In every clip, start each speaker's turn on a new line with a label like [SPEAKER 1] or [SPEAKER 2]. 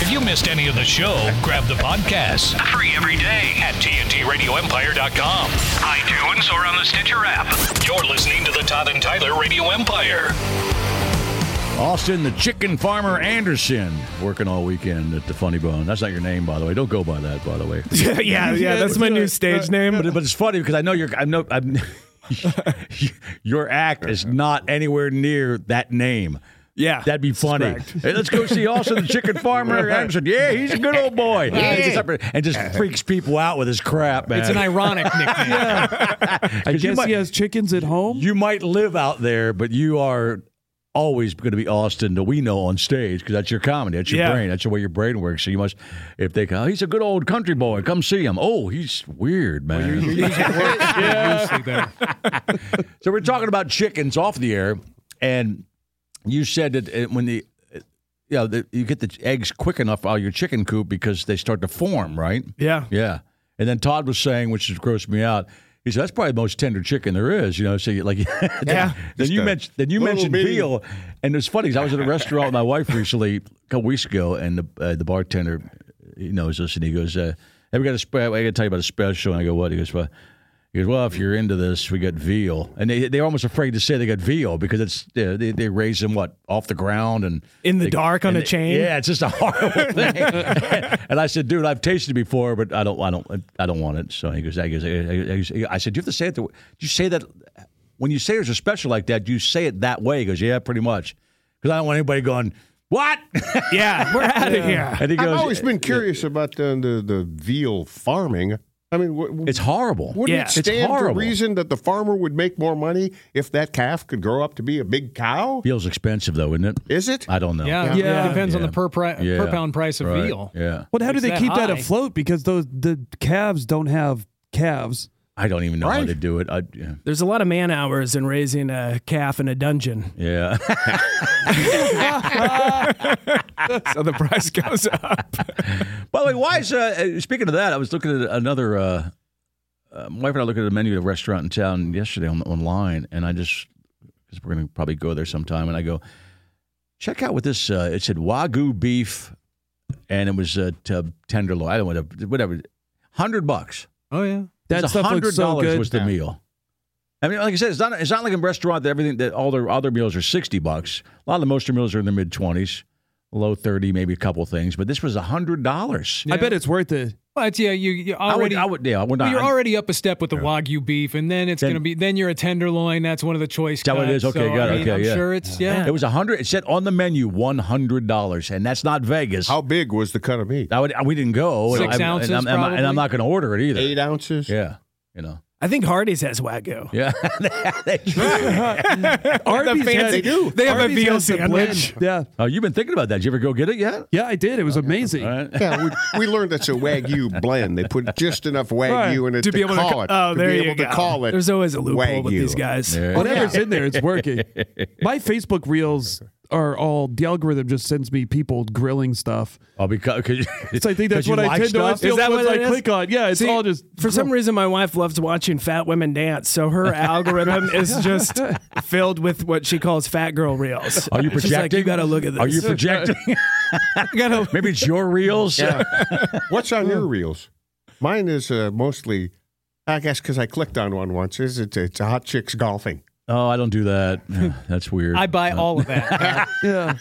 [SPEAKER 1] If you missed any of the show, grab the podcast. Free every day at TNTRadioEmpire.com. iTunes or on the Stitcher app. You're listening to the Todd and Tyler Radio Empire.
[SPEAKER 2] Austin, the chicken farmer Anderson, working all weekend at the Funny Bone. That's not your name, by the way. Don't go by that, by the way.
[SPEAKER 3] yeah, yeah, yeah, that's my new stage name.
[SPEAKER 2] But, but it's funny because I know your I know I'm, your act is not anywhere near that name.
[SPEAKER 3] Yeah,
[SPEAKER 2] That'd be funny.
[SPEAKER 3] correct.
[SPEAKER 2] Hey, let's go see Austin the Chicken Farmer Anderson. Yeah, he's a good old boy. Yeah. He's just up there and just freaks people out with his crap, man.
[SPEAKER 4] It's an ironic nickname.
[SPEAKER 2] I
[SPEAKER 3] Guess he has chickens at home.
[SPEAKER 2] You might live out there, but you are always going to be Austin that we know on stage because that's your comedy, that's your
[SPEAKER 3] Yeah.
[SPEAKER 2] brain, that's the way your brain works. So you must, if they go, he's a good old country boy, come see him. Oh, he's weird, man.
[SPEAKER 4] Usually there.
[SPEAKER 2] so we're talking about chickens off the air, and you said that uh, when the uh, you know, that you get the eggs quick enough out of your chicken coop because they start to form, right?
[SPEAKER 3] Yeah,
[SPEAKER 2] Yeah. And then Todd was saying, which has grossed me out. He said that's probably the most tender chicken there is, you know. So you, like, yeah. Then you
[SPEAKER 5] a
[SPEAKER 2] mentioned then you
[SPEAKER 5] little
[SPEAKER 2] mentioned
[SPEAKER 5] bitty-
[SPEAKER 2] veal, and it's funny. 'cause I was at a restaurant with my wife recently, a couple weeks ago, and the uh, the bartender, he knows us, and he goes, uh, "Hey, we got a spe- I got to tell you about a special." And I go, "What?" He goes, "Well." He goes, well, if you're into this, we got veal, and they they're almost afraid to say they got veal because it's uh, they they raise them what off the ground and
[SPEAKER 3] in the
[SPEAKER 2] they-
[SPEAKER 3] dark on
[SPEAKER 2] and
[SPEAKER 3] a
[SPEAKER 2] they-
[SPEAKER 3] chain.
[SPEAKER 2] Yeah, it's just a horrible thing. and I said, dude, I've tasted it before, but I don't, I don't, I don't want it. So he goes, I goes, I, goes- I said, do you have to say it? The, do you say that when you say there's a special like that? Do you say it that way? He goes, yeah, pretty much, because I don't want anybody going, what?
[SPEAKER 3] yeah, we're out of here.
[SPEAKER 2] and he
[SPEAKER 6] I've
[SPEAKER 2] goes,
[SPEAKER 6] always been curious about the, the the veal farming. I mean, wh- wh-
[SPEAKER 2] it's horrible.
[SPEAKER 6] wouldn't
[SPEAKER 3] Yeah.
[SPEAKER 6] it
[SPEAKER 3] It's
[SPEAKER 6] stand to
[SPEAKER 2] horrible.
[SPEAKER 6] reason that the farmer would make more money if that calf could grow up to be a big cow?
[SPEAKER 2] Veal's expensive though, isn't it?
[SPEAKER 6] Is it?
[SPEAKER 2] I don't know.
[SPEAKER 4] Yeah,
[SPEAKER 3] Yeah.
[SPEAKER 4] It depends on
[SPEAKER 2] Yeah.
[SPEAKER 4] the per, pri-
[SPEAKER 2] Yeah.
[SPEAKER 4] per pound price of
[SPEAKER 2] Right.
[SPEAKER 4] veal.
[SPEAKER 2] Yeah,
[SPEAKER 3] But how do
[SPEAKER 4] It's
[SPEAKER 3] they
[SPEAKER 4] that
[SPEAKER 3] keep that
[SPEAKER 4] high.
[SPEAKER 3] afloat? Because those the calves don't have calves.
[SPEAKER 2] I don't even know how
[SPEAKER 6] Right.
[SPEAKER 2] to do it. I, yeah.
[SPEAKER 7] There's a lot of man hours in raising a calf in a dungeon.
[SPEAKER 2] yeah.
[SPEAKER 3] So the price goes up.
[SPEAKER 2] By the way, why is uh, uh, speaking of that? I was looking at another. Uh, uh, my wife and I looked at a menu at a restaurant in town yesterday on online, and I just because we're going to probably go there sometime, and I go check out what this. Uh, it said wagyu beef, and it was uh, t- tenderloin. I don't know whatever, whatever, hundred bucks.
[SPEAKER 4] Oh yeah.
[SPEAKER 2] It
[SPEAKER 3] That
[SPEAKER 2] was
[SPEAKER 3] stuff looks so
[SPEAKER 2] $100
[SPEAKER 3] good.
[SPEAKER 2] was the meal. I mean, like I said, it's not it's not like a restaurant that everything that all their other meals are sixty bucks. A lot of the most of their meals are in their mid twenties, low thirty, maybe a couple things, but this was hundred dollars.
[SPEAKER 3] I bet it's worth it.
[SPEAKER 4] Well, it's, yeah, you you already.
[SPEAKER 2] I would, I would, yeah, I would not.
[SPEAKER 4] well, you're already up a step with the wagyu beef, and then it's
[SPEAKER 2] Then-
[SPEAKER 4] gonna be then you're a tenderloin. That's one of the choice.
[SPEAKER 2] that what it
[SPEAKER 4] cuts,
[SPEAKER 2] is? Okay,
[SPEAKER 4] so,
[SPEAKER 2] got it.
[SPEAKER 4] I mean,
[SPEAKER 2] Okay,
[SPEAKER 4] I'm
[SPEAKER 2] yeah.
[SPEAKER 4] sure it's yeah.
[SPEAKER 2] it was a hundred. It said on the menu one hundred dollars, and that's not Vegas.
[SPEAKER 6] How big was the cut of meat?
[SPEAKER 2] I would, we didn't go. and
[SPEAKER 4] Six
[SPEAKER 2] I'm-
[SPEAKER 4] ounces,
[SPEAKER 2] and I'm, and I'm- and I'm
[SPEAKER 4] probably?
[SPEAKER 2] not going to order it either.
[SPEAKER 6] Eight ounces.
[SPEAKER 2] Yeah, you know.
[SPEAKER 7] I think Hardee's has wagyu.
[SPEAKER 2] Yeah, They try.
[SPEAKER 3] Arby's has-
[SPEAKER 6] They do.
[SPEAKER 3] They have
[SPEAKER 7] Arby's
[SPEAKER 3] a veal
[SPEAKER 7] has the blend.
[SPEAKER 3] sandwich. Yeah,
[SPEAKER 2] oh, you've been thinking about that. Did you ever go get it yet?
[SPEAKER 3] yeah, I did. It was amazing.
[SPEAKER 2] All right.
[SPEAKER 6] Yeah, we, we learned it's a wagyu blend. They put just enough wagyu
[SPEAKER 3] Right.
[SPEAKER 6] in it
[SPEAKER 7] To
[SPEAKER 6] to,
[SPEAKER 7] be able to
[SPEAKER 6] call
[SPEAKER 7] ca-
[SPEAKER 6] it.
[SPEAKER 7] oh,
[SPEAKER 6] to
[SPEAKER 7] there
[SPEAKER 6] be
[SPEAKER 7] you
[SPEAKER 6] able
[SPEAKER 7] go.
[SPEAKER 6] to call it.
[SPEAKER 7] There's always a loophole with
[SPEAKER 6] Wagyu.
[SPEAKER 7] these guys.
[SPEAKER 2] Yeah.
[SPEAKER 3] Whatever's in there, it's working. My Facebook reels are all the algorithm just sends me people grilling stuff.
[SPEAKER 2] Oh, because cause,
[SPEAKER 3] So I think that's what I tend to. That's
[SPEAKER 7] Is
[SPEAKER 3] the
[SPEAKER 7] that
[SPEAKER 3] ones
[SPEAKER 7] what it
[SPEAKER 3] I
[SPEAKER 7] is?
[SPEAKER 3] click on. Yeah, it's
[SPEAKER 7] See,
[SPEAKER 3] all just
[SPEAKER 7] for some reason, my wife loves watching fat women dance, so her algorithm is just filled with what she calls fat girl reels.
[SPEAKER 2] Are you
[SPEAKER 7] She's like,
[SPEAKER 2] projecting?
[SPEAKER 7] you gotta look at this.
[SPEAKER 2] Are you projecting?
[SPEAKER 7] gotta-
[SPEAKER 2] Maybe it's your reels.
[SPEAKER 6] What's on your reels? Mine is uh, mostly, I guess, because I clicked on one once. Is it's, it's hot chicks golfing.
[SPEAKER 2] Oh, I don't do that. Yeah, that's weird.
[SPEAKER 4] I buy all of that.
[SPEAKER 3] Yeah.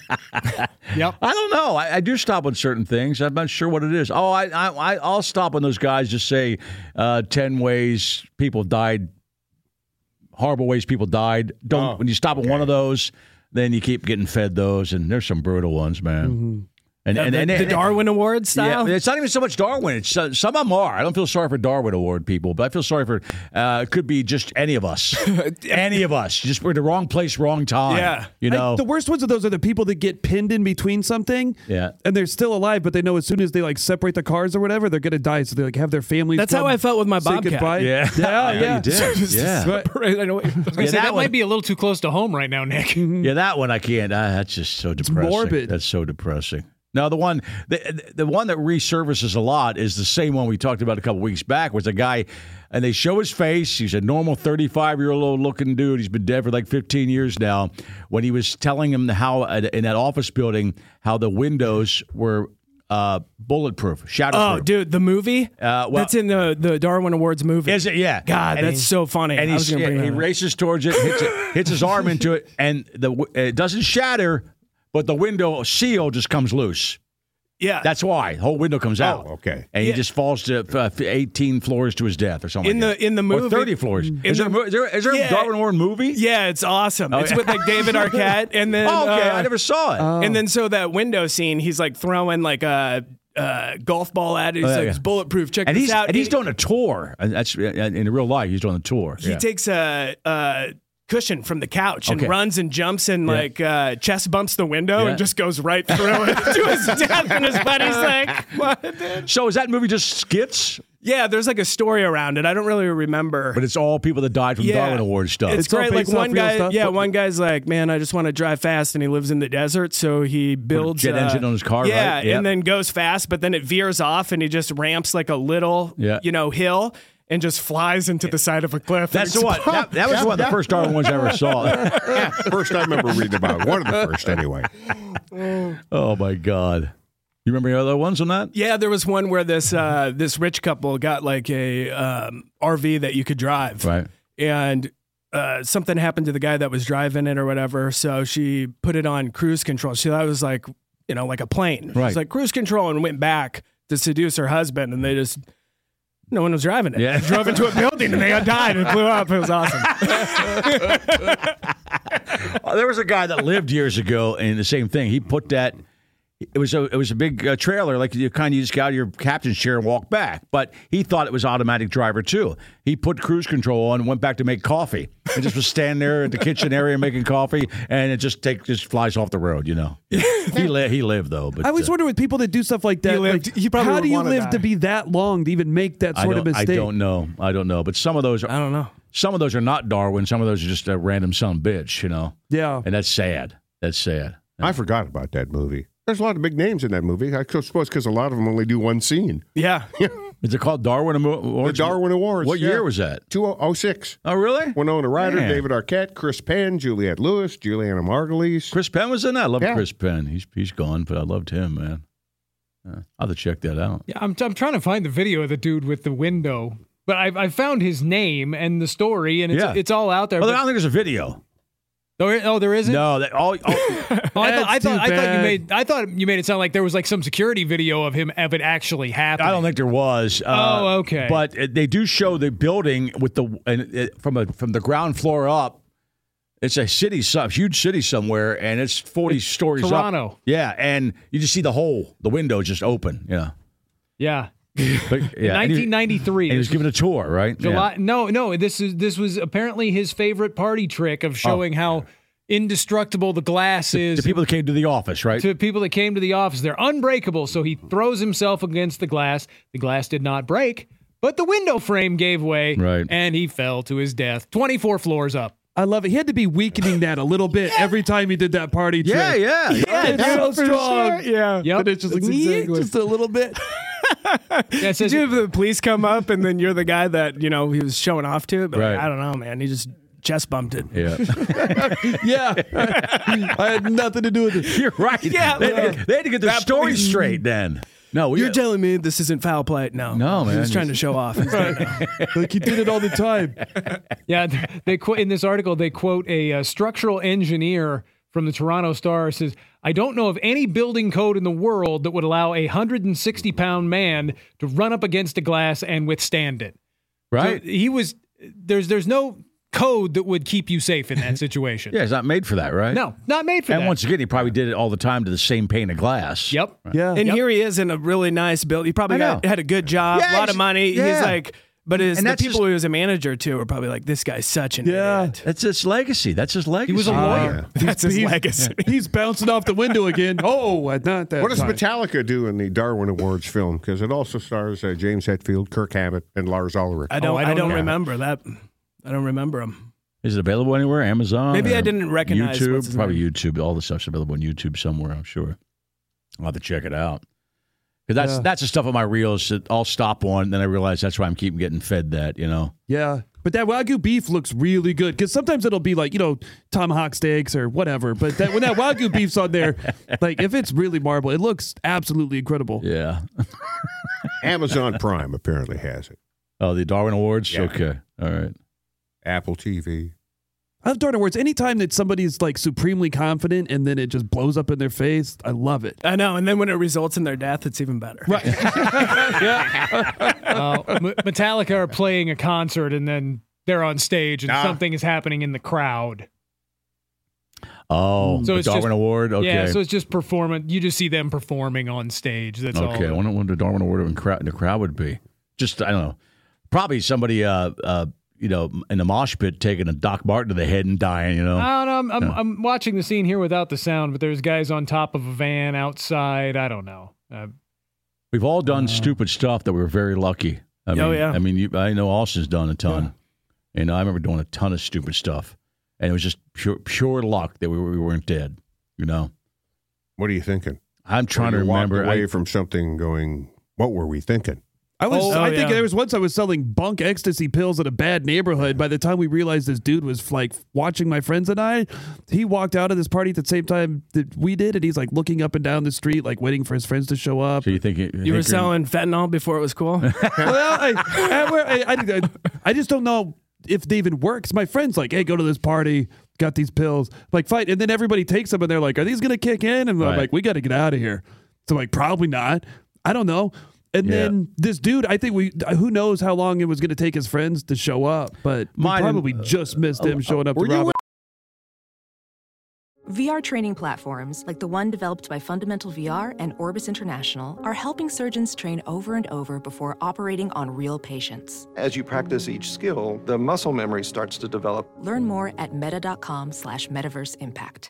[SPEAKER 4] yep.
[SPEAKER 2] I don't know. I, I do stop on certain things. I'm not sure what it is. Oh, I, I, I I'll stop when those guys just say uh, ten ways people died, horrible ways people died.
[SPEAKER 7] Oh,
[SPEAKER 2] Don't when you stop at one of those, then you keep getting fed those, and there's some brutal ones, man. And, and,
[SPEAKER 7] Mm-hmm. the,
[SPEAKER 2] and
[SPEAKER 7] the
[SPEAKER 2] and-
[SPEAKER 7] Darwin Award
[SPEAKER 2] yeah,
[SPEAKER 7] style.
[SPEAKER 2] it's not even so much Darwin. It's uh, some of them are. I don't feel sorry for Darwin Award people, but I feel sorry for uh, it could be just any of us, any of us. Just we're in the wrong place, wrong time.
[SPEAKER 7] Yeah.
[SPEAKER 2] you know.
[SPEAKER 3] I- the worst ones of those are the people that get pinned in between something.
[SPEAKER 2] Yeah.
[SPEAKER 3] And they're still alive, but they know as soon as they like separate the cars or whatever, they're gonna die. So they like have their families.
[SPEAKER 7] That's how
[SPEAKER 3] come
[SPEAKER 7] I felt with my
[SPEAKER 3] say
[SPEAKER 7] Bobcat.
[SPEAKER 3] goodbye.
[SPEAKER 2] yeah,
[SPEAKER 3] Yeah, yeah.
[SPEAKER 2] you did. yeah.
[SPEAKER 3] But-
[SPEAKER 7] Right, I know what you're-
[SPEAKER 4] I was gonna say, that might be a little too close to home right now, Nick.
[SPEAKER 2] Yeah, that one I can't. Ah, that's just so depressing.
[SPEAKER 3] morbid.
[SPEAKER 2] That's so depressing. Now the one, the, the one that resurfaces a lot is the same one we talked about a couple weeks back. Was a guy, and they show his face. He's a normal thirty-five-year-old looking dude. He's been dead for like fifteen years now. When he was telling him how uh, in that office building how the windows were uh, bulletproof, shatterproof.
[SPEAKER 7] Oh, dude, the movie
[SPEAKER 2] Uh, well-
[SPEAKER 7] that's in the the Darwin Awards movie.
[SPEAKER 2] Is it? Yeah.
[SPEAKER 7] God,
[SPEAKER 2] And
[SPEAKER 7] that's
[SPEAKER 2] he-
[SPEAKER 7] so funny.
[SPEAKER 2] And
[SPEAKER 7] I was
[SPEAKER 2] he's,
[SPEAKER 7] gonna
[SPEAKER 2] yeah,
[SPEAKER 7] bring
[SPEAKER 2] he
[SPEAKER 7] that up.
[SPEAKER 2] races towards it, hits, it, hits his arm into it, and the w- it doesn't shatter, but the window seal just comes loose.
[SPEAKER 7] Yeah,
[SPEAKER 2] That's why the whole window
[SPEAKER 7] Oh,
[SPEAKER 2] comes out.
[SPEAKER 6] okay.
[SPEAKER 2] And he just falls to uh, 18 floors to his death or something.
[SPEAKER 7] In
[SPEAKER 2] like
[SPEAKER 7] the-
[SPEAKER 2] that.
[SPEAKER 7] in the
[SPEAKER 2] or
[SPEAKER 7] movie- Mm-hmm.
[SPEAKER 2] 30 floors. Is
[SPEAKER 7] the-
[SPEAKER 2] there, a mo- is there, is there
[SPEAKER 7] Yeah.
[SPEAKER 2] a Darwin Warren movie?
[SPEAKER 7] yeah, it's awesome. it's
[SPEAKER 2] Oh, yeah.
[SPEAKER 7] with like David Arquette, and then
[SPEAKER 2] Oh, okay,
[SPEAKER 7] uh,
[SPEAKER 2] I never saw it.
[SPEAKER 7] And then so that window scene, he's like throwing like a. Uh, golf ball at it. He's
[SPEAKER 2] yeah,
[SPEAKER 7] like,
[SPEAKER 2] yeah.
[SPEAKER 7] it's bulletproof. Check
[SPEAKER 2] and
[SPEAKER 7] this
[SPEAKER 2] he's
[SPEAKER 7] out.
[SPEAKER 2] and he's
[SPEAKER 7] And
[SPEAKER 2] doing a tour. And that's and in real life. He's doing a tour.
[SPEAKER 7] he
[SPEAKER 2] yeah.
[SPEAKER 7] takes a, a cushion from the couch and
[SPEAKER 2] Okay.
[SPEAKER 7] runs and jumps and like uh, chest bumps the window
[SPEAKER 2] Yeah.
[SPEAKER 7] and just goes right through it to his death. And his buddy's like, "What, dude?"
[SPEAKER 2] so is that movie just skits?
[SPEAKER 7] Yeah, there's like a story around it. I don't really remember.
[SPEAKER 2] But it's all people that died from
[SPEAKER 7] Yeah.
[SPEAKER 2] Darwin Award stuff.
[SPEAKER 7] It's,
[SPEAKER 3] It's all
[SPEAKER 7] great. Like
[SPEAKER 3] based off
[SPEAKER 7] one
[SPEAKER 3] real
[SPEAKER 7] guy,
[SPEAKER 3] stuff,
[SPEAKER 7] yeah,
[SPEAKER 3] but-
[SPEAKER 7] one guy's like, "Man, I just want to drive fast," and he lives in the desert, so he builds
[SPEAKER 2] jet
[SPEAKER 7] uh,
[SPEAKER 2] engine on his car,
[SPEAKER 7] Yeah,
[SPEAKER 2] right? Yep.
[SPEAKER 7] and then goes fast, but then it veers off, and he just ramps like a little,
[SPEAKER 2] Yeah.
[SPEAKER 7] you know, hill, and just flies into the side of a cliff.
[SPEAKER 2] That's the one. That, that was one of the first Darwin ones I ever saw.
[SPEAKER 6] Yeah, first I remember reading about it. One of the first, anyway.
[SPEAKER 2] Oh my god! You remember any other ones on that?
[SPEAKER 7] Yeah, there was one where this uh, this rich couple got like a um, RV that you could drive,
[SPEAKER 2] Right.
[SPEAKER 7] and uh, something happened to the guy that was driving it or whatever. So she put it on cruise control. She thought it was like, you know, like a plane. She
[SPEAKER 2] Right.
[SPEAKER 7] was like cruise control and went back to seduce her husband. And they just, no one was driving it.
[SPEAKER 2] Yeah.
[SPEAKER 7] They drove into a building and they all died and blew up. It was awesome.
[SPEAKER 2] Uh, there was a guy that lived years ago, and the same thing. He put that. It was a it was a big uh, trailer, like you kind of just got out of your captain's chair and walk back. But he thought it was automatic driver too. He put cruise control on, and went back to make coffee, and just was standing there in the kitchen area making coffee, and it just take just flies off the road. You know, he li- he lived though. But
[SPEAKER 3] I always
[SPEAKER 2] uh,
[SPEAKER 3] wonder with people that do stuff like that.
[SPEAKER 7] lived-
[SPEAKER 3] like,
[SPEAKER 7] he probably
[SPEAKER 3] how
[SPEAKER 7] would
[SPEAKER 3] do you
[SPEAKER 7] wanna
[SPEAKER 3] live
[SPEAKER 7] die.
[SPEAKER 3] to be that long to even make that
[SPEAKER 2] I
[SPEAKER 3] sort of
[SPEAKER 2] don't-
[SPEAKER 3] mistake?
[SPEAKER 2] I don't know. I don't know. But some of those are,
[SPEAKER 7] I don't know.
[SPEAKER 2] some of those are not Darwin. Some of those are just a random son of a bitch, you know.
[SPEAKER 3] Yeah.
[SPEAKER 2] And that's sad. That's sad.
[SPEAKER 6] I forgot about that movie. There's a lot of big names in that movie. I suppose because a lot of them only do one scene.
[SPEAKER 7] Yeah.
[SPEAKER 2] Is it called Darwin Amo-
[SPEAKER 6] The
[SPEAKER 2] Awards?
[SPEAKER 6] Darwin Awards.
[SPEAKER 2] What
[SPEAKER 6] yeah.
[SPEAKER 2] year was that?
[SPEAKER 6] 2006.
[SPEAKER 2] Oh, really?
[SPEAKER 6] Winona Ryder,
[SPEAKER 2] Man.
[SPEAKER 6] David Arquette, Chris Penn, Juliette Lewis, Juliana Margulies.
[SPEAKER 2] Chris Penn was in that. I love
[SPEAKER 6] Yeah.
[SPEAKER 2] Chris Penn. He's he's gone, but I loved him, man. Uh, I'll have to check that out.
[SPEAKER 4] Yeah, I'm, I'm trying to find the video of the dude with the window, but I've, I found his name and the story, and it's,
[SPEAKER 2] Yeah.
[SPEAKER 4] it's all out there.
[SPEAKER 2] Well, I
[SPEAKER 4] but-
[SPEAKER 2] don't think there's a video.
[SPEAKER 4] oh, oh, there isn't.
[SPEAKER 2] No, that all. all
[SPEAKER 4] Oh, I, thought, I,
[SPEAKER 3] That's too
[SPEAKER 4] thought, I thought you
[SPEAKER 3] bad.
[SPEAKER 4] made I thought you made it sound like there was like some security video of him of it actually happening.
[SPEAKER 2] I don't think there was. Uh,
[SPEAKER 4] Oh, okay.
[SPEAKER 2] But uh, they do show the building with the and it, from a from the ground floor up. It's a city, some huge city somewhere, and it's forty stories up.
[SPEAKER 4] Toronto.
[SPEAKER 2] Yeah, and you just see the hole, the window just open. Yeah,
[SPEAKER 4] Yeah,
[SPEAKER 2] but, yeah. and he-
[SPEAKER 4] 1993.
[SPEAKER 2] And he was given a tour, right?
[SPEAKER 4] July. No, no. This is this was apparently his favorite party trick
[SPEAKER 7] Oh.
[SPEAKER 4] of showing how indestructible the glass
[SPEAKER 2] Yeah.
[SPEAKER 4] is
[SPEAKER 2] The people that came to the office, right?
[SPEAKER 4] to people that came to the office. They're unbreakable. So he throws himself against the glass. The glass did not break, but the window frame gave way,
[SPEAKER 2] Right.
[SPEAKER 4] and he fell to his death. 24 floors up.
[SPEAKER 3] I love it. He had to be weakening that a little bit every time he did that party trick.
[SPEAKER 2] yeah, yeah,
[SPEAKER 3] Yeah, it's so strong. Yeah.
[SPEAKER 4] Yep.
[SPEAKER 3] But it's just like
[SPEAKER 7] That's exactly-
[SPEAKER 3] just a little bit.
[SPEAKER 4] Yeah, it says-
[SPEAKER 7] Did you have the police come up and then you're the guy that, you know, he was showing off to? But
[SPEAKER 2] Right.
[SPEAKER 7] I don't know, man. He just chest bumped it.
[SPEAKER 2] yeah.
[SPEAKER 3] Yeah. I had nothing to do with it.
[SPEAKER 2] You're right.
[SPEAKER 7] Yeah,
[SPEAKER 2] they,
[SPEAKER 7] well,
[SPEAKER 2] they had to get their story straight then. No, we
[SPEAKER 7] You're telling me this isn't foul play? No,
[SPEAKER 2] No,
[SPEAKER 7] He
[SPEAKER 2] man,
[SPEAKER 7] was trying to
[SPEAKER 2] it's-
[SPEAKER 7] show off. He's like,
[SPEAKER 3] like he did it all the time.
[SPEAKER 4] Yeah, th- they quote in this article they quote a uh, structural engineer from the Toronto Star says, "I don't know of any building code in the world that would allow a 160 pound man to run up against a glass and withstand it."
[SPEAKER 2] right.
[SPEAKER 4] So he was there's there's no code that would keep you safe in that situation.
[SPEAKER 2] yeah, it's not made for that, right?
[SPEAKER 4] No, not made for
[SPEAKER 2] And
[SPEAKER 4] that.
[SPEAKER 2] once again, he probably did it all the time to the same pane of glass.
[SPEAKER 4] yep.
[SPEAKER 3] Yeah.
[SPEAKER 7] and here he is in a really nice build. He probably
[SPEAKER 2] I
[SPEAKER 7] got,
[SPEAKER 2] know.
[SPEAKER 7] had a good job,
[SPEAKER 2] Yeah,
[SPEAKER 7] a lot
[SPEAKER 2] he's-
[SPEAKER 7] of money.
[SPEAKER 2] yeah.
[SPEAKER 7] He's like, but his,
[SPEAKER 2] And
[SPEAKER 7] the
[SPEAKER 2] that's
[SPEAKER 7] people
[SPEAKER 2] just-
[SPEAKER 7] he was a manager to are probably like, this guy's such an
[SPEAKER 3] Yeah.
[SPEAKER 7] idiot.
[SPEAKER 2] That's his legacy. That's his legacy. Uh,
[SPEAKER 4] was a lawyer.
[SPEAKER 7] That's his legacy.
[SPEAKER 3] He's bouncing off the window again. Oh, not that.
[SPEAKER 6] What does
[SPEAKER 3] time.
[SPEAKER 6] Metallica do in the Darwin Awards film? Because it also stars uh, James Hetfield, Kirk Hammett, and Lars Ulrich.
[SPEAKER 7] I don't.
[SPEAKER 4] I
[SPEAKER 7] Oh, I
[SPEAKER 4] don't
[SPEAKER 7] don't,
[SPEAKER 4] know.
[SPEAKER 7] remember that. I don't remember him.
[SPEAKER 2] Is it available anywhere? Amazon?
[SPEAKER 7] Maybe I
[SPEAKER 2] or
[SPEAKER 7] didn't recognize
[SPEAKER 2] YouTube.
[SPEAKER 7] what's his
[SPEAKER 2] Probably
[SPEAKER 7] name.
[SPEAKER 2] YouTube. All the stuff's available on YouTube somewhere. I'm sure. I'll have to check it out. 'Cause that's
[SPEAKER 3] Yeah.
[SPEAKER 2] that's the stuff on my reels that I'll stop on. Then I realize that's why I'm keeping getting fed that. You know.
[SPEAKER 3] Yeah. But that Wagyu beef looks really good because sometimes it'll be like, you know, tomahawk steaks or whatever. But that when that Wagyu beef's on there, like if it's really marble, it looks absolutely incredible.
[SPEAKER 2] Yeah.
[SPEAKER 6] Amazon Prime apparently has it.
[SPEAKER 2] Oh, the Darwin Awards.
[SPEAKER 6] Yeah.
[SPEAKER 2] Okay. All right.
[SPEAKER 6] Apple TV.
[SPEAKER 3] I love Darn Awards. Anytime that somebody's like supremely confident and then it just blows up in their face, I love it.
[SPEAKER 7] I know. And then when it results in their death, it's even better.
[SPEAKER 4] Uh, M- Metallica are playing a concert and then they're on stage and
[SPEAKER 6] Ah.
[SPEAKER 4] something is happening in the crowd.
[SPEAKER 2] Oh,
[SPEAKER 4] So
[SPEAKER 2] the
[SPEAKER 4] it's
[SPEAKER 2] Darwin
[SPEAKER 4] just-
[SPEAKER 2] Award. Okay.
[SPEAKER 4] Yeah, so it's just performance. You just see them performing on stage. That's all.
[SPEAKER 2] okay. I wonder what the Darwin Award in, crowd, in the crowd would be. Just I don't know. Probably somebody. Uh. Uh. You know, in the mosh pit, taking a Doc Martin to the head and dying. You know.
[SPEAKER 4] I don't know. I'm, I'm, I'm watching the scene here without the sound, but there's guys on top of a van outside. I don't know. Uh,
[SPEAKER 2] We've all done stupid stuff that we were very lucky. I mean,
[SPEAKER 7] Uh. Oh, yeah.
[SPEAKER 2] I mean, you, I know Austin's done a ton, and I remember doing a ton of stupid stuff, and it was just pure pure luck that we, we weren't dead. You know,
[SPEAKER 6] What are you thinking?
[SPEAKER 2] I'm trying to
[SPEAKER 6] When you walked
[SPEAKER 2] remember.
[SPEAKER 6] away
[SPEAKER 2] I,
[SPEAKER 6] from something going, what were we thinking?
[SPEAKER 3] I was,
[SPEAKER 7] Oh,
[SPEAKER 3] I
[SPEAKER 7] oh,
[SPEAKER 3] think
[SPEAKER 7] yeah.
[SPEAKER 3] there was once I was selling bunk ecstasy pills in a bad neighborhood. By the time we realized this dude was like watching my friends and I, he walked out of this party at the same time that we did. And he's like looking up and down the street, like waiting for his friends to show up.
[SPEAKER 2] so you think it,
[SPEAKER 7] You were
[SPEAKER 2] think you're-
[SPEAKER 7] selling fentanyl before it was cool.
[SPEAKER 3] well, I, I, we're- I, I, I just don't know if they even works. My friend's like, hey, go to this party, got these pills, like fight. And then everybody takes them and they're like, are these going to kick in? And
[SPEAKER 2] Right.
[SPEAKER 3] I'm like, we got to get out of here. So I'm like, probably not. I don't know. And
[SPEAKER 2] Yeah.
[SPEAKER 3] then this dude, I think we, who knows how long it was going to take his friends to show up, but we
[SPEAKER 2] Mine- uh,
[SPEAKER 3] probably just missed him showing up to
[SPEAKER 6] were you
[SPEAKER 3] Robin.
[SPEAKER 8] VR training platforms, like the one developed by Fundamental VR and Orbis International, are helping surgeons train over and over before operating on real patients.
[SPEAKER 5] As you practice each skill, the muscle memory starts to develop.
[SPEAKER 8] Learn more at meta.com slash metaverse impact.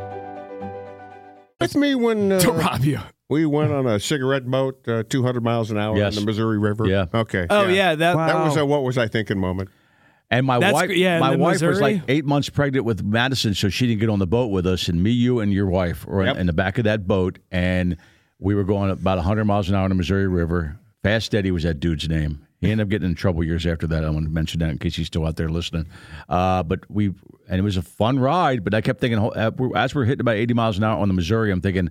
[SPEAKER 6] With me when
[SPEAKER 7] to
[SPEAKER 6] uh,
[SPEAKER 7] rob you.
[SPEAKER 6] we went on a cigarette boat uh, 200 miles an hour
[SPEAKER 2] Yes.
[SPEAKER 6] on the Missouri River.
[SPEAKER 2] Yeah.
[SPEAKER 6] Okay.
[SPEAKER 7] Oh yeah, that
[SPEAKER 6] That was a what was I thinking moment.
[SPEAKER 2] And my
[SPEAKER 7] That's
[SPEAKER 2] wife,
[SPEAKER 7] gr- yeah, in
[SPEAKER 2] my
[SPEAKER 7] the
[SPEAKER 2] wife was
[SPEAKER 7] Missouri.
[SPEAKER 2] like eight months pregnant with Madison, so she didn't get on the boat with us. And me, you, and your wife were in-
[SPEAKER 6] Yep.
[SPEAKER 2] in the back of that boat, and we were going about 100 miles an hour on the Missouri River. Fast Eddie was that dude's name. He ended up getting in trouble years after that. I want to mention that in case he's still out there listening. Uh, but we, and it was a fun ride. But I kept thinking, ho- uh, we're- as we're hitting about 80 miles an hour on the Missouri, I'm thinking,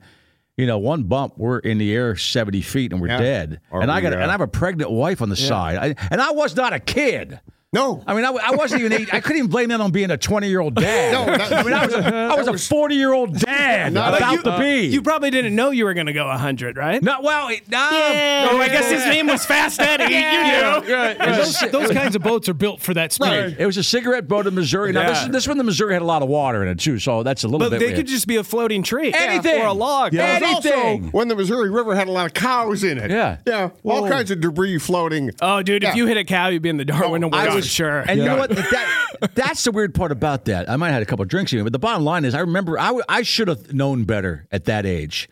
[SPEAKER 2] you know, one bump, we're in the air 70 feet and we're
[SPEAKER 6] Yeah.
[SPEAKER 2] dead.
[SPEAKER 6] Or
[SPEAKER 2] and I
[SPEAKER 6] we,
[SPEAKER 2] got,
[SPEAKER 6] uh,
[SPEAKER 2] and I have a pregnant wife on the side, I, and I was not a kid.
[SPEAKER 6] No.
[SPEAKER 2] I mean, I, I wasn't even. Eight, I couldn't even blame that on being a twenty-year-old dad.
[SPEAKER 6] No, that-
[SPEAKER 2] I mean, I was a, I was a forty-year-old dad
[SPEAKER 6] Not
[SPEAKER 2] about
[SPEAKER 6] you-
[SPEAKER 2] to be.
[SPEAKER 7] You probably didn't know you were going to go hundred, right?
[SPEAKER 2] no, well, it- no.
[SPEAKER 7] Oh, I guess his name was Fast Eddie. You knew.
[SPEAKER 4] those, those kinds of boats are built for that speed.
[SPEAKER 2] Right. It was a cigarette boat in Missouri. Now this,
[SPEAKER 7] Yeah.
[SPEAKER 2] this one, the Missouri had a lot of water in it too, so that's a little
[SPEAKER 7] But
[SPEAKER 2] bit.
[SPEAKER 7] they
[SPEAKER 2] weird.
[SPEAKER 7] could just be a floating tree
[SPEAKER 2] anything
[SPEAKER 7] or a log.
[SPEAKER 2] Yeah.
[SPEAKER 6] It was
[SPEAKER 2] Anything.
[SPEAKER 6] Also when the Missouri River had a lot of cows in it.
[SPEAKER 2] Yeah.
[SPEAKER 6] Yeah. All kinds of debris floating.
[SPEAKER 7] Oh, dude, if
[SPEAKER 6] Yeah.
[SPEAKER 7] you hit a cow, you'd be in the Darwin Awards Oh for sure.
[SPEAKER 2] And you know what? That, that's the weird part about that. I might have had a couple of drinks even, but the bottom line is, I remember I, w- I should have known better at that age.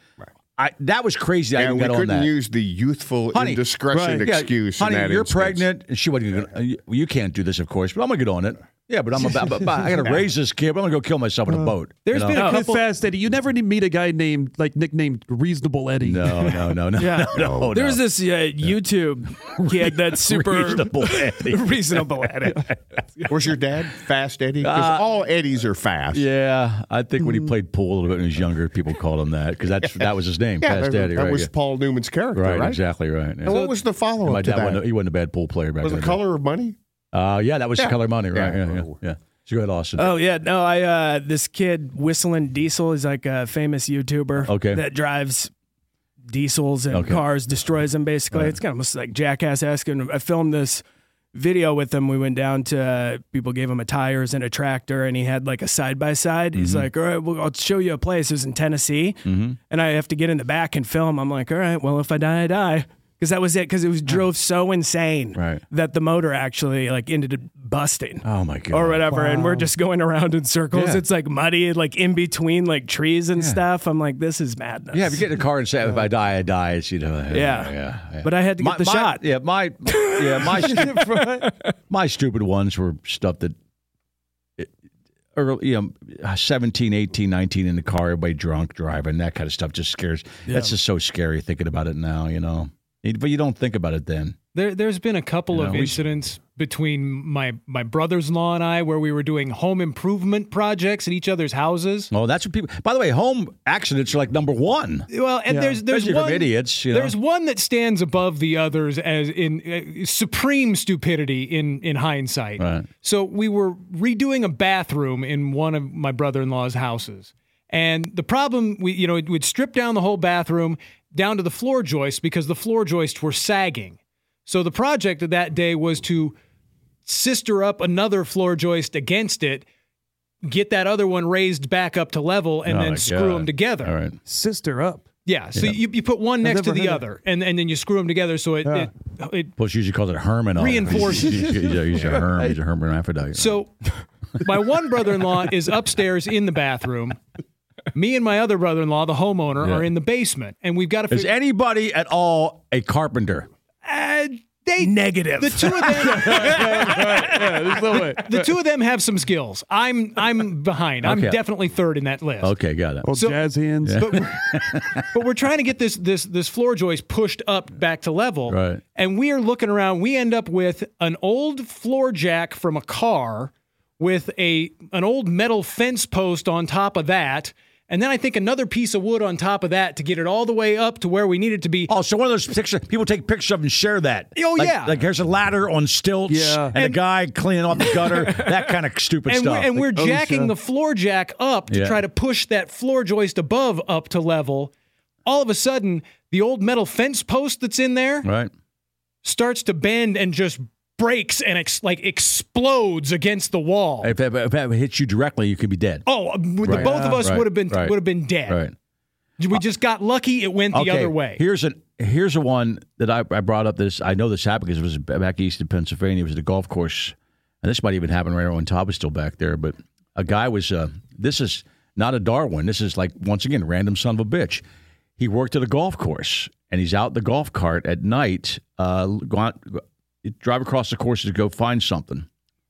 [SPEAKER 2] I, that was crazy. I
[SPEAKER 6] Yeah,
[SPEAKER 2] even
[SPEAKER 6] we
[SPEAKER 2] got on
[SPEAKER 6] couldn't
[SPEAKER 2] that.
[SPEAKER 6] use the youthful
[SPEAKER 2] honey,
[SPEAKER 6] indiscretion
[SPEAKER 2] Yeah,
[SPEAKER 6] excuse.
[SPEAKER 2] Honey,
[SPEAKER 6] in that
[SPEAKER 2] you're
[SPEAKER 6] instance.
[SPEAKER 2] pregnant, and she wasn't. Gonna, you, you can't do this, of course, but I'm gonna get on it. Yeah, but I'm about. but, but I gotta raise this kid. But I'm gonna go kill myself in
[SPEAKER 6] Uh,
[SPEAKER 2] a boat.
[SPEAKER 4] There's
[SPEAKER 2] you know?
[SPEAKER 4] been
[SPEAKER 3] How
[SPEAKER 4] a couple.
[SPEAKER 3] fast, Eddie? You never meet a guy named like nicknamed Reasonable Eddie.
[SPEAKER 2] no, no, no, no,
[SPEAKER 7] Yeah.
[SPEAKER 2] no, no.
[SPEAKER 7] There was this uh, YouTube kid that's super
[SPEAKER 2] Reasonable Eddie.
[SPEAKER 7] reasonable at it.
[SPEAKER 6] Was your dad fast, Eddie? Because all Eddies are fast.
[SPEAKER 2] Uh, Yeah, I think when he played pool a little bit when he was younger, people called him that because that's that was his name,
[SPEAKER 6] Mm. Yeah,
[SPEAKER 2] Fast
[SPEAKER 6] that,
[SPEAKER 2] Eddie.
[SPEAKER 6] that
[SPEAKER 2] right?
[SPEAKER 6] was
[SPEAKER 2] yeah.
[SPEAKER 6] Paul Newman's character,
[SPEAKER 2] right,
[SPEAKER 6] right?
[SPEAKER 2] exactly right. yeah.
[SPEAKER 6] And what was the follow
[SPEAKER 2] my
[SPEAKER 6] up to
[SPEAKER 2] dad? Wasn't, a-
[SPEAKER 6] that?
[SPEAKER 2] he wasn't a bad pool player back
[SPEAKER 6] Was
[SPEAKER 2] then.
[SPEAKER 6] it Color of Money?
[SPEAKER 2] Uh, yeah, that was
[SPEAKER 6] Yeah.
[SPEAKER 2] Color Money, right? Yeah,
[SPEAKER 6] Yeah.
[SPEAKER 2] yeah, yeah. So go ahead, Austin.
[SPEAKER 7] Oh yeah, no, I uh this kid whistling diesel is like a famous YouTuber
[SPEAKER 2] Okay.
[SPEAKER 7] that drives diesels and
[SPEAKER 2] Okay.
[SPEAKER 7] cars, destroys them basically. It's kind of almost like jackass esque and I filmed this video with him. We went down to uh, people gave him a tires and a tractor and he had like a side by side. He's
[SPEAKER 2] Mm-hmm.
[SPEAKER 7] like, All right, well I'll show you a place. It was in Tennessee and I have to get in the back and film. I'm like, all right, well if I die, I die. Because that was it. Because it was drove so insane
[SPEAKER 2] Right.
[SPEAKER 7] that the motor actually like ended up busting
[SPEAKER 2] Oh my god!
[SPEAKER 7] or whatever, and we're just going around in circles.
[SPEAKER 2] Yeah.
[SPEAKER 7] It's like muddy, like in between like trees and stuff. I'm like, this is madness.
[SPEAKER 2] Yeah, if you get in a car and say, "If I die, I die," it's you know. uh,
[SPEAKER 7] Yeah.
[SPEAKER 2] yeah, yeah.
[SPEAKER 7] But I had to get
[SPEAKER 2] my,
[SPEAKER 7] the
[SPEAKER 2] my-
[SPEAKER 7] shot.
[SPEAKER 2] Yeah, my yeah my stu- my stupid ones were stuff that early, you know, uh, 17, 18, 19 in the car, everybody drunk driving, that kind of stuff just scares. That's just so scary thinking about it now, you know. It- but you don't think about it then.
[SPEAKER 4] There, there's been a couple
[SPEAKER 2] You
[SPEAKER 4] of
[SPEAKER 2] know, we-
[SPEAKER 4] incidents between my my brothers-in-law and I where we were doing home improvement projects at each other's houses.
[SPEAKER 2] Oh, that's what people. By the way, home accidents are like number one.
[SPEAKER 4] Well, and there's there's
[SPEAKER 2] Especially from
[SPEAKER 4] one
[SPEAKER 2] idiots, you know.
[SPEAKER 4] there's one that stands above the others as in uh, supreme stupidity in in hindsight.
[SPEAKER 2] Right.
[SPEAKER 4] So we were redoing a bathroom in one of my brother-in-law's houses, and the problem we you know we'd strip down the whole bathroom down to the floor joists because the floor joists were sagging. So the project of that day was to sister up another floor joist against it. Get that other one raised back up to level and
[SPEAKER 2] Oh, my
[SPEAKER 4] then screw
[SPEAKER 2] God.
[SPEAKER 4] them together.
[SPEAKER 2] All right.
[SPEAKER 3] Sister up.
[SPEAKER 4] Yeah, so You, you put one next to
[SPEAKER 3] never
[SPEAKER 4] the
[SPEAKER 3] heard of
[SPEAKER 4] other, and, and then you screw them together so it, it, it
[SPEAKER 2] Plus, usually calls it Herman. on it.
[SPEAKER 4] Reinforces.
[SPEAKER 2] He's, he's, a- he's a Herm. He's a Hermaphrodite.
[SPEAKER 4] So my one brother-in-law is upstairs in the bathroom. Me and my other brother-in-law, the homeowner,
[SPEAKER 2] Yeah.
[SPEAKER 4] are in the basement, and we've got to
[SPEAKER 2] is
[SPEAKER 4] figure.
[SPEAKER 2] anybody at all a carpenter?
[SPEAKER 4] Uh, they
[SPEAKER 7] Negative.
[SPEAKER 4] the two of them
[SPEAKER 3] There's no way.
[SPEAKER 4] the two of them have some skills. I'm I'm behind. I'm
[SPEAKER 2] Okay.
[SPEAKER 4] definitely third in that list.
[SPEAKER 2] Okay, got it.
[SPEAKER 3] Old
[SPEAKER 4] So-
[SPEAKER 3] jazz hands.
[SPEAKER 4] But we're trying to get this this this floor joist pushed up back to level.
[SPEAKER 2] Right.
[SPEAKER 4] And we are looking around. We end up with an old floor jack from a car with a an old metal fence post on top of that. And then I think another piece of wood on top of that to get it all the way up to where we need it to be.
[SPEAKER 2] Oh, so one of those pictures people take pictures of and share that.
[SPEAKER 4] Oh,
[SPEAKER 2] Like-
[SPEAKER 4] yeah.
[SPEAKER 2] like here's a ladder on stilts,
[SPEAKER 3] Yeah.
[SPEAKER 2] and, a guy cleaning off the gutter, that kind of stupid
[SPEAKER 4] and,
[SPEAKER 2] stuff. Oh,
[SPEAKER 4] We're, and we're
[SPEAKER 3] OSHA.
[SPEAKER 4] jacking the floor jack up to
[SPEAKER 2] Yeah.
[SPEAKER 4] try to push that floor joist above up to level. All of a sudden, the old metal fence post that's in there
[SPEAKER 2] right.
[SPEAKER 4] starts to bend and just breaks and ex- like explodes against the wall.
[SPEAKER 2] If that, if that hits you directly, you could be dead.
[SPEAKER 4] Oh, with the
[SPEAKER 2] Right.
[SPEAKER 4] both of us
[SPEAKER 2] Right,
[SPEAKER 4] would have been
[SPEAKER 2] right.
[SPEAKER 4] would have been dead.
[SPEAKER 2] Right.
[SPEAKER 4] We just got lucky; it went the
[SPEAKER 2] okay,
[SPEAKER 4] other way.
[SPEAKER 2] Here's an here's a one that I, I brought up. This I know this happened because it was back east in Pennsylvania. It was at a golf course, and this might even happen right when Todd was still back there. But a guy was. Uh, this is not a Darwin. This is like once again random son of a bitch. He worked at a golf course, and he's out in the golf cart at night. Uh, go out, go- drive across the course to go find something.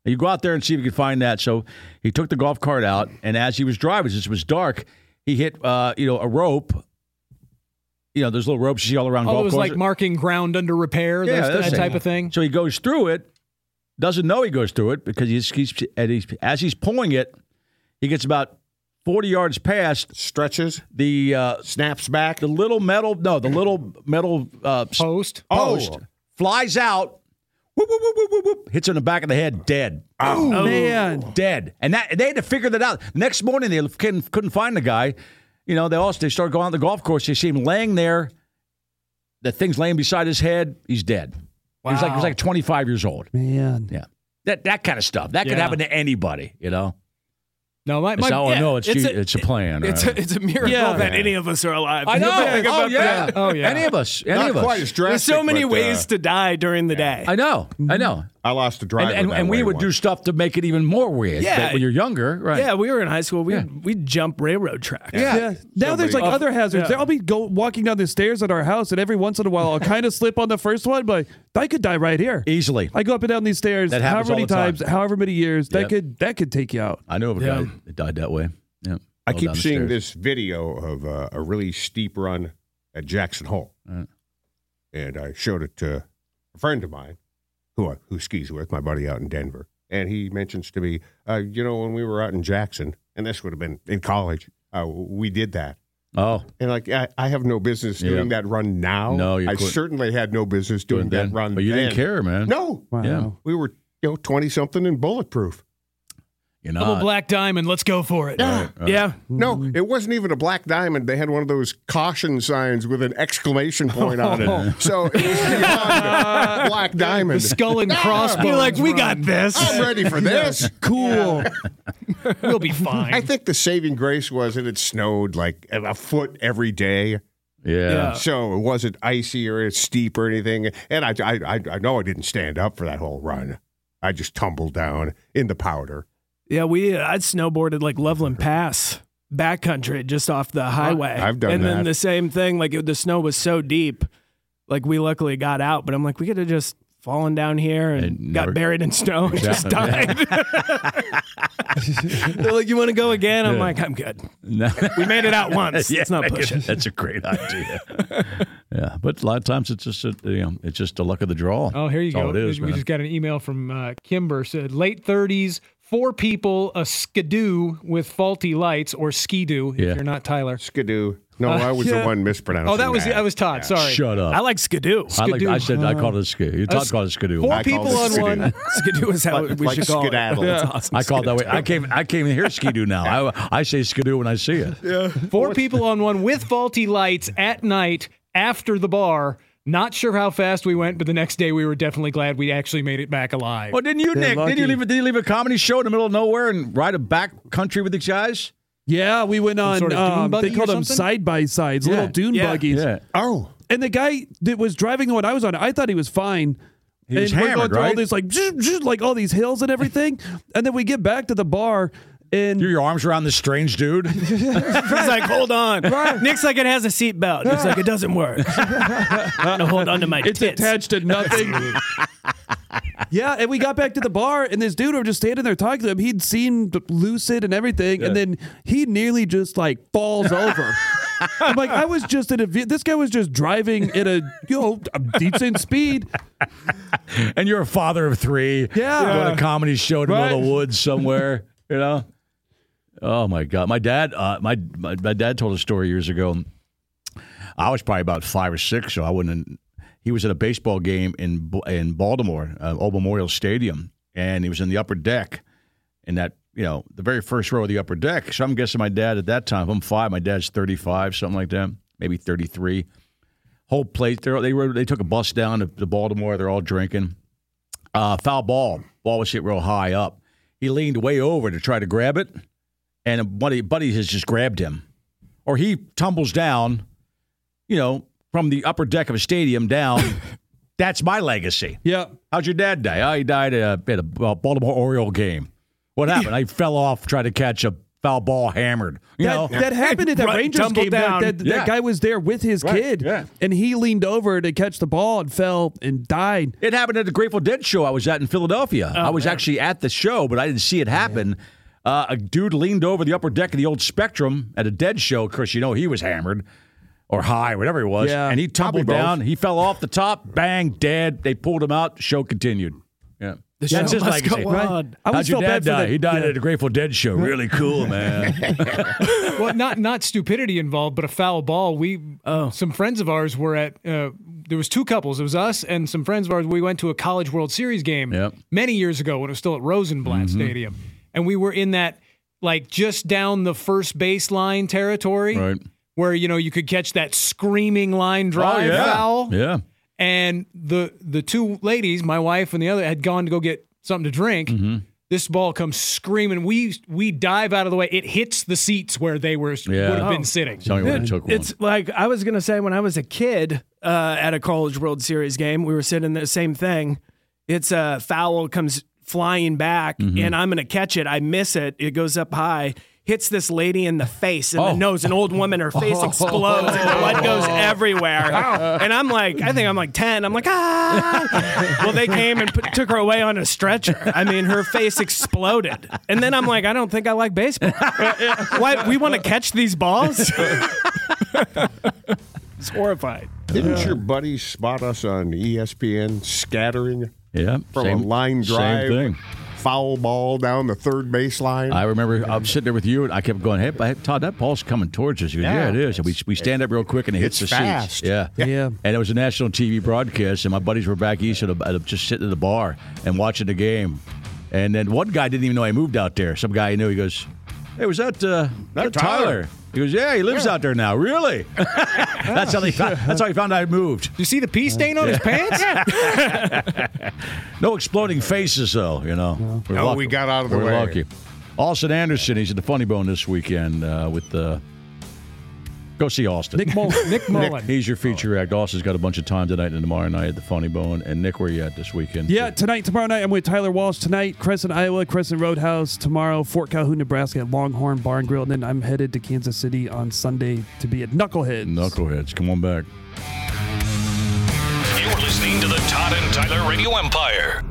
[SPEAKER 2] And you go out there and see if you can find that. So he took the golf cart out, and as he was driving, since it was dark, he hit uh, you know a rope. You know, there's little ropes you see all around
[SPEAKER 4] Oh,
[SPEAKER 2] golf
[SPEAKER 4] it was like
[SPEAKER 2] courses.
[SPEAKER 4] marking ground under repair,
[SPEAKER 2] Yeah,
[SPEAKER 4] that,
[SPEAKER 2] that's
[SPEAKER 4] that
[SPEAKER 2] it.
[SPEAKER 4] type of thing.
[SPEAKER 2] So he goes through it, doesn't know he goes through it because he's, he's, and he's as he's pulling it, he gets about 40 yards past
[SPEAKER 6] Stretches,
[SPEAKER 2] the uh,
[SPEAKER 6] snaps back.
[SPEAKER 2] the little metal no the little metal uh, s-
[SPEAKER 4] Post.
[SPEAKER 2] post flies out, whoop, whoop, whoop, whoop, whoop, whoop, hits her in the back of the head, dead.
[SPEAKER 3] oh man.
[SPEAKER 2] dead. And that they had to figure that out. Next morning, they couldn't, couldn't find the guy. You know, they also they started going on the golf course. They see him laying there. The thing's laying beside his head. He's dead. He's like he's like 25 years old.
[SPEAKER 3] Man.
[SPEAKER 2] Yeah, that that kind of stuff. That could
[SPEAKER 4] Yeah.
[SPEAKER 2] happen to anybody. You know,
[SPEAKER 4] No, my,
[SPEAKER 2] it's
[SPEAKER 4] my
[SPEAKER 2] oh
[SPEAKER 7] yeah,
[SPEAKER 2] no, it's
[SPEAKER 7] it's
[SPEAKER 2] it's
[SPEAKER 7] a-
[SPEAKER 2] a, it's a plan. uh,
[SPEAKER 7] It's
[SPEAKER 2] right?
[SPEAKER 7] a, it's a miracle
[SPEAKER 3] Yeah.
[SPEAKER 7] that any of us are alive.
[SPEAKER 2] I know.
[SPEAKER 7] Think
[SPEAKER 2] Oh
[SPEAKER 7] about
[SPEAKER 2] yeah.
[SPEAKER 7] that.
[SPEAKER 4] Oh, yeah.
[SPEAKER 2] Any of us. Any
[SPEAKER 6] Not
[SPEAKER 2] of us.
[SPEAKER 6] quite as drastic.
[SPEAKER 7] There's so many
[SPEAKER 6] but, uh,
[SPEAKER 7] ways to die during the day.
[SPEAKER 2] I know. I know.
[SPEAKER 6] I lost a driver.
[SPEAKER 2] and, and,
[SPEAKER 6] that
[SPEAKER 2] and we
[SPEAKER 6] way
[SPEAKER 2] would do
[SPEAKER 6] once.
[SPEAKER 2] stuff to make it even more weird.
[SPEAKER 7] Yeah.
[SPEAKER 2] But when you're younger, right?
[SPEAKER 7] Yeah, we were in high school. We we'd jump railroad tracks.
[SPEAKER 3] Yeah. Now there's like
[SPEAKER 6] many-
[SPEAKER 3] other hazards.
[SPEAKER 7] yeah.
[SPEAKER 3] There, I'll be go walking down the stairs at our house, and every once in a while, I'll kind of slip on the first one, but I could die right here.
[SPEAKER 2] Easily.
[SPEAKER 3] I go up and down these stairs,
[SPEAKER 2] That happens
[SPEAKER 3] however many
[SPEAKER 2] all the time.
[SPEAKER 3] times, however many years.
[SPEAKER 2] Yep.
[SPEAKER 3] That could that could take you out.
[SPEAKER 2] I know of a
[SPEAKER 7] Yeah.
[SPEAKER 2] guy that died that way. Yeah.
[SPEAKER 6] I
[SPEAKER 2] Fell
[SPEAKER 6] keep
[SPEAKER 2] down the
[SPEAKER 6] seeing
[SPEAKER 2] stairs.
[SPEAKER 6] this video of uh, a really steep run at Jackson Hole,
[SPEAKER 2] Right.
[SPEAKER 6] and I showed it to a friend of mine who I, who skis with, my buddy out in Denver, and he mentions to me, uh, you know, when we were out in Jackson, and this would have been in college, uh, we did that.
[SPEAKER 2] Oh,
[SPEAKER 6] And like I, I have no business
[SPEAKER 2] Yeah.
[SPEAKER 6] doing that run now.
[SPEAKER 2] No, you
[SPEAKER 6] I
[SPEAKER 2] couldn't.
[SPEAKER 6] certainly had no business doing
[SPEAKER 2] then.
[SPEAKER 6] that run.
[SPEAKER 2] But you didn't
[SPEAKER 6] then.
[SPEAKER 2] care, man.
[SPEAKER 6] No,
[SPEAKER 3] Wow.
[SPEAKER 2] Yeah.
[SPEAKER 6] we were you know twenty something and bulletproof.
[SPEAKER 2] You're
[SPEAKER 4] Double
[SPEAKER 2] not.
[SPEAKER 4] black diamond. Let's go for it.
[SPEAKER 7] Yeah.
[SPEAKER 4] Mm-hmm.
[SPEAKER 6] No, it wasn't even a black diamond. They had one of those caution signs with an exclamation point on it. So it was beyond black
[SPEAKER 4] The
[SPEAKER 6] diamond.
[SPEAKER 4] skull and crossbones.
[SPEAKER 7] You're like, we
[SPEAKER 4] run.
[SPEAKER 7] got this.
[SPEAKER 6] I'm ready for this.
[SPEAKER 3] Cool.
[SPEAKER 4] We'll be fine.
[SPEAKER 6] I think the saving grace was that it snowed like a foot every day,
[SPEAKER 2] Yeah.
[SPEAKER 6] so it wasn't icy or steep or anything. And I, I, I- I know I didn't stand up for that whole run. I just tumbled down in the powder.
[SPEAKER 7] Yeah, we uh, I'd snowboarded like Loveland Pass backcountry just off the highway.
[SPEAKER 6] I've done
[SPEAKER 7] and
[SPEAKER 6] that.
[SPEAKER 7] then the same thing. Like it, the snow was so deep, like we luckily got out. But I'm like, we could have just fallen down here and,
[SPEAKER 2] And
[SPEAKER 7] got
[SPEAKER 2] never-
[SPEAKER 7] buried in snow and just died. They're like, you want to go again? I'm like, I'm good.
[SPEAKER 2] No.
[SPEAKER 7] We made it out once.
[SPEAKER 2] Yeah,
[SPEAKER 7] Let's not
[SPEAKER 2] I
[SPEAKER 7] push
[SPEAKER 2] guess
[SPEAKER 7] it.
[SPEAKER 2] That's a great idea. yeah, but a lot of times it's just a, you know it's just the luck of the draw.
[SPEAKER 4] Oh, here you
[SPEAKER 2] That's all
[SPEAKER 4] go.
[SPEAKER 2] It is,
[SPEAKER 4] we
[SPEAKER 2] man.
[SPEAKER 4] just got an email from uh, Kimber said late 30s, four people, a skidoo with faulty lights or skidoo if
[SPEAKER 2] Yeah.
[SPEAKER 4] you're not Tyler.
[SPEAKER 6] Skidoo. No, I was the one mispronouncing.
[SPEAKER 4] Oh, that was I was Todd. Sorry.
[SPEAKER 2] Shut up.
[SPEAKER 7] I like skidoo.
[SPEAKER 2] I, like,
[SPEAKER 4] skidoo.
[SPEAKER 2] I said I called it a skidoo. Todd
[SPEAKER 4] sk-
[SPEAKER 2] called it a skidoo.
[SPEAKER 4] Four
[SPEAKER 6] I called
[SPEAKER 4] people
[SPEAKER 6] it
[SPEAKER 4] on
[SPEAKER 6] skidoo.
[SPEAKER 4] one.
[SPEAKER 7] Skidoo is how
[SPEAKER 6] Like-
[SPEAKER 7] we
[SPEAKER 6] like
[SPEAKER 7] should call
[SPEAKER 6] skedaddle.
[SPEAKER 7] it.
[SPEAKER 6] Yeah.
[SPEAKER 7] That's awesome.
[SPEAKER 2] I called that way. I came. I came in here skidoo. Now I, I say skidoo when I see it.
[SPEAKER 4] Four people on one with faulty lights at night after the bar. Not sure how fast we went, but the next day we were definitely glad we actually made it back alive.
[SPEAKER 2] Well, didn't you, Nick? Didn't
[SPEAKER 3] lucky.
[SPEAKER 2] you leave? a- Did you leave a comedy show in the middle of nowhere and ride a back country with these guys?
[SPEAKER 3] yeah, we went on.
[SPEAKER 4] sort of dune
[SPEAKER 3] um,
[SPEAKER 4] buggy
[SPEAKER 3] they
[SPEAKER 4] or
[SPEAKER 3] called them
[SPEAKER 4] something?
[SPEAKER 3] side by sides, little
[SPEAKER 2] Yeah.
[SPEAKER 3] dune
[SPEAKER 7] Yeah.
[SPEAKER 3] buggies.
[SPEAKER 6] Oh,
[SPEAKER 3] And the guy that was driving the one I was on, I thought he was fine. He
[SPEAKER 2] was
[SPEAKER 3] and we're
[SPEAKER 2] hammered,
[SPEAKER 3] going through all
[SPEAKER 2] right?
[SPEAKER 3] these like zzz, zzz, like all these hills and everything, and then we get back to the bar, and
[SPEAKER 2] Threw your arms around this strange dude.
[SPEAKER 7] He's like, hold on. Nick's like, it has a seatbelt. It's like, it doesn't work. I'm gonna hold on to my
[SPEAKER 3] it's
[SPEAKER 7] tits.
[SPEAKER 3] attached to nothing. yeah, and we got back to the bar, and this dude were just standing there talking to him. He'd seen lucid and everything, and then he nearly just like falls over. I'm like, I was just in a. ve- This guy was just driving at a you know a decent speed.
[SPEAKER 2] and you're a father of three.
[SPEAKER 3] Yeah.
[SPEAKER 2] You're going to a comedy show in the middle of the
[SPEAKER 3] Right.
[SPEAKER 2] woods somewhere, you know? Oh my God. My dad, uh, my, my my dad told a story years ago. I was probably about five or six, so I wouldn't. He was at a baseball game in B- in Baltimore, uh, Old Memorial Stadium, and he was in the upper deck, in that you know the very first row of the upper deck. So I'm guessing my dad at that time, if I'm five, my dad's 35, something like that, maybe 33. Whole plate. They're, they were, they took a bus down to, to Baltimore. They're all drinking. Uh, foul ball. Ball was hit real high up. He leaned way over to try to grab it, and a buddy buddy has just grabbed him, or he tumbles down you know, from the upper deck of a stadium down. That's my legacy.
[SPEAKER 3] Yeah,
[SPEAKER 2] How'd your dad die? Oh, he died at a, at a Baltimore Oriole game. What happened? I fell off trying to catch a foul ball hammered. You
[SPEAKER 3] that,
[SPEAKER 2] know,
[SPEAKER 3] that happened at that
[SPEAKER 7] Right,
[SPEAKER 3] Rangers
[SPEAKER 7] tumble
[SPEAKER 3] game. That,
[SPEAKER 7] down.
[SPEAKER 3] that, that
[SPEAKER 2] Yeah.
[SPEAKER 3] guy was there with his
[SPEAKER 2] Right,
[SPEAKER 3] kid,
[SPEAKER 2] yeah.
[SPEAKER 3] and he leaned over to catch the ball and fell and died.
[SPEAKER 2] it happened at the Grateful Dead show I was at in Philadelphia. I was actually at the show, but I didn't see it happen. Uh, a dude leaned over the upper deck of the old Spectrum at a Dead show. Of course, you know he was hammered or high, whatever he was,
[SPEAKER 3] Yeah.
[SPEAKER 2] and he tumbled
[SPEAKER 6] Probably both.
[SPEAKER 2] down. He fell off the top. Bang! Dead. They pulled him out. Show continued. Yeah.
[SPEAKER 7] The
[SPEAKER 2] That's
[SPEAKER 7] show
[SPEAKER 2] his
[SPEAKER 7] must go
[SPEAKER 2] legacy.
[SPEAKER 3] Right.
[SPEAKER 7] on.
[SPEAKER 3] I
[SPEAKER 2] How'd
[SPEAKER 3] always
[SPEAKER 2] your
[SPEAKER 3] felt
[SPEAKER 2] dad
[SPEAKER 3] bad for
[SPEAKER 2] die?
[SPEAKER 3] the-
[SPEAKER 2] He died
[SPEAKER 3] yeah.
[SPEAKER 2] at a Grateful Dead show. Really cool, man.
[SPEAKER 4] well, not not stupidity involved, but a foul ball. We
[SPEAKER 2] Oh.
[SPEAKER 4] some friends of ours were at. Uh, there was two couples. It was us and some friends of ours. We went to a college World Series game
[SPEAKER 2] Yep. Mm-hmm.
[SPEAKER 4] many years ago when it was still at Rosenblatt Stadium, and we were in that like just down the first baseline territory
[SPEAKER 2] Right.
[SPEAKER 4] where you know you could catch that screaming line drive foul
[SPEAKER 2] Oh, Yeah.
[SPEAKER 4] and the the two ladies, my wife and the other, had gone to go get something to drink.
[SPEAKER 2] Mm-hmm.
[SPEAKER 4] This ball comes screaming. We we dive out of the way. It hits the seats where they were
[SPEAKER 2] Yeah.
[SPEAKER 4] would have
[SPEAKER 2] Oh.
[SPEAKER 4] been sitting.
[SPEAKER 2] Tell me what it took one.
[SPEAKER 7] It's like I was gonna say when I was a kid uh, at a college World Series game, we were sitting there, same thing, it's a foul comes flying back,
[SPEAKER 2] Mm-hmm.
[SPEAKER 7] and I'm gonna catch it. I miss it. It goes up high. Hits this lady in the face and
[SPEAKER 2] Oh.
[SPEAKER 7] the nose, an old woman, her face explodes and blood goes
[SPEAKER 4] Oh.
[SPEAKER 7] everywhere. And I'm like, I think I'm like 10. I'm like, ah. Well, they came and put, took her away on a stretcher. I mean, her face exploded. And then I'm like, I don't think I like baseball. Why, we want to catch these balls? it's horrified.
[SPEAKER 6] Didn't your buddies spot us on E ESPN scattering
[SPEAKER 2] Yeah,
[SPEAKER 6] from
[SPEAKER 2] same,
[SPEAKER 6] a line drive,
[SPEAKER 2] Same thing.
[SPEAKER 6] foul ball down the third baseline?
[SPEAKER 2] I remember I'm sitting there with you, and I kept going, "Hey, hey, Todd, that ball's coming towards us." He goes, yeah.
[SPEAKER 6] Yeah.
[SPEAKER 2] it is. And we, we stand up real quick, and it hits
[SPEAKER 6] It's
[SPEAKER 2] the
[SPEAKER 6] fast.
[SPEAKER 2] seats. Yeah,
[SPEAKER 3] Yeah.
[SPEAKER 2] And it was a national TV broadcast, and my buddies were back east, and I'm just sitting at the bar and watching the game. And then one guy didn't even know I moved out there. Some guy I knew, he goes, "Hey, was that uh, that
[SPEAKER 6] That
[SPEAKER 2] Tyler?"
[SPEAKER 6] Tyler.
[SPEAKER 2] He goes, "Yeah, he lives out there now. Really? that's how they. That's how he found out I moved.
[SPEAKER 4] You see the pee
[SPEAKER 7] Mm.
[SPEAKER 4] stain on his pants?
[SPEAKER 2] No exploding faces, though. You know. We're
[SPEAKER 6] No,
[SPEAKER 2] lucky.
[SPEAKER 6] we got out of the
[SPEAKER 2] We're
[SPEAKER 6] way.
[SPEAKER 2] lucky. Austin Anderson, he's at the Funny Bone this weekend uh, with the. Go see Austin.
[SPEAKER 4] Nick Mullen. Nick Mullen.
[SPEAKER 2] He's your feature act. Austin's got a bunch of time tonight and tomorrow night at the Funny Bone. And Nick, where you at this weekend?
[SPEAKER 3] Yeah, tonight, tomorrow night, I'm with Tyler Walsh. Tonight, Crescent, Iowa, Crescent Roadhouse. Tomorrow, Fort Calhoun, Nebraska, at Longhorn Barn Grill. And then I'm headed to Kansas City on Sunday to be at Knuckleheads.
[SPEAKER 2] Knuckleheads, come on back.
[SPEAKER 1] You're listening to the Todd and Tyler Radio Empire.